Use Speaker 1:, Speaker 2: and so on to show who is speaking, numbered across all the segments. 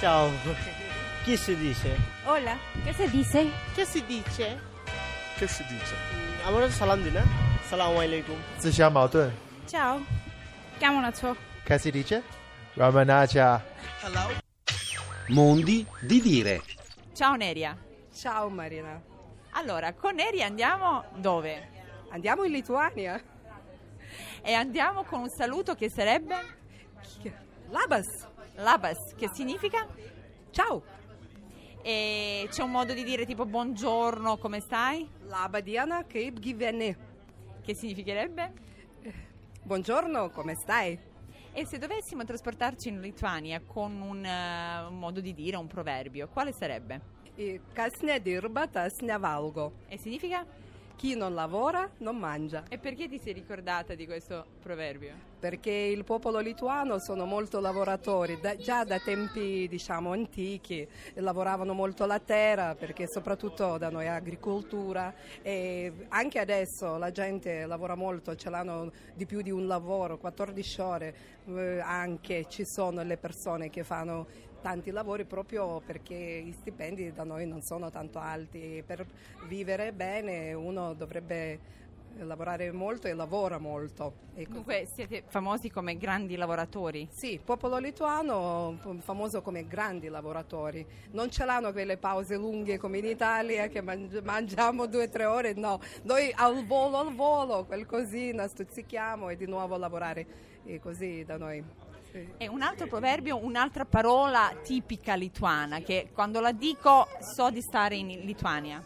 Speaker 1: Ciao. Chi si dice?
Speaker 2: Hola, ¿qué se dice?
Speaker 3: Che si dice?
Speaker 1: Che si dice? আমরা সালাম দিই না সালাম আলাইকুম
Speaker 4: 自相矛盾。
Speaker 2: Ciao. Chiamo la ciò.
Speaker 4: Che si dice? Ramanaja.
Speaker 5: Mondi di dire.
Speaker 6: Ciao Neria.
Speaker 7: Ciao Marina,
Speaker 6: Allora, con Neria andiamo dove?
Speaker 7: andiamo in Lituania.
Speaker 6: E andiamo con un saluto che sarebbe
Speaker 7: Labas,
Speaker 6: labas, che significa?
Speaker 7: ciao.
Speaker 6: E c'è un modo di dire tipo buongiorno, come stai?
Speaker 7: Laba diana, kaip gyveni.
Speaker 6: Che significherebbe?
Speaker 7: Buongiorno, come stai?
Speaker 6: E se dovessimo trasportarci in Lituania con un, eh, un modo di dire, un proverbio, quale sarebbe?
Speaker 7: I kas nedirba, tas nevalgo.
Speaker 6: E significa?
Speaker 7: Chi non lavora non mangia,
Speaker 6: E perché ti sei ricordata di questo proverbio?
Speaker 7: perché il popolo lituano sono molto lavoratori, da- già da tempi diciamo antichi lavoravano molto la terra perché soprattutto da noi è agricoltura e anche adesso la gente lavora molto, ce l'hanno di più di un lavoro, 14 ore eh, anche ci sono le persone che fanno tanti lavori proprio perché i stipendi da noi non sono tanto alti, per vivere bene uno dovrebbe lavorare molto e lavora molto. Ecco. E così.
Speaker 6: Comunque siete famosi come grandi lavoratori.
Speaker 7: Sì, popolo lituano p- famoso come grandi lavoratori. Non ce l'hanno quelle pause lunghe come in Italia che mangi- mangiamo due o tre ore, no. Noi al volo, al volo, qualcosina, stuzzichiamo e di nuovo a lavorare. E così da noi. Sì.
Speaker 6: E un altro proverbio, un'altra parola tipica lituana, che quando la dico so di stare in Lituania.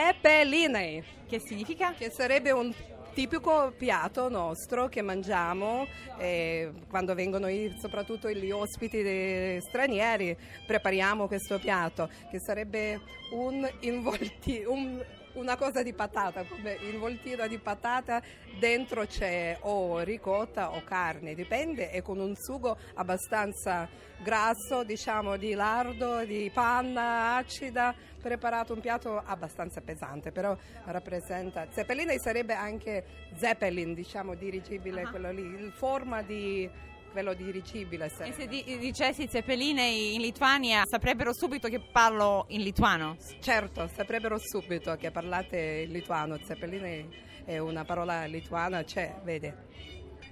Speaker 7: Zeppelinei,
Speaker 6: Che significa?
Speaker 7: che sarebbe un tipico piatto nostro che mangiamo eh, quando vengono i- soprattutto gli ospiti de- stranieri prepariamo questo piatto che sarebbe un involti- un- una cosa di patata come involtino di patata dentro c'è o ricotta o carne dipende e con un sugo abbastanza grasso diciamo di lardo di panna acida preparato un piatto abbastanza pesante però rappresenta zeppelina e sarebbe anche zeppelin diciamo dirigibile
Speaker 6: Ah.
Speaker 7: quello lì in forma di quello dirigibile
Speaker 6: E
Speaker 7: sarebbe.
Speaker 6: se di- dicessi zeppeline in Lituania saprebbero subito che parlo in lituano.
Speaker 7: Certo, saprebbero subito che parlate il lituano, zeppelin è- è una parola lituana, c'è, vede.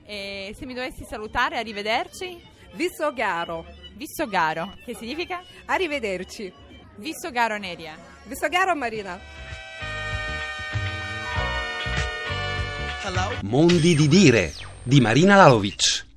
Speaker 6: E se mi dovessi salutare, arrivederci.
Speaker 7: Visogaro,
Speaker 6: Vissogaro, che significa?
Speaker 7: arrivederci.
Speaker 6: Vissogaro Neria.
Speaker 7: Visogaro Marina.
Speaker 5: Mondi di dire. Di Marina Lalovic.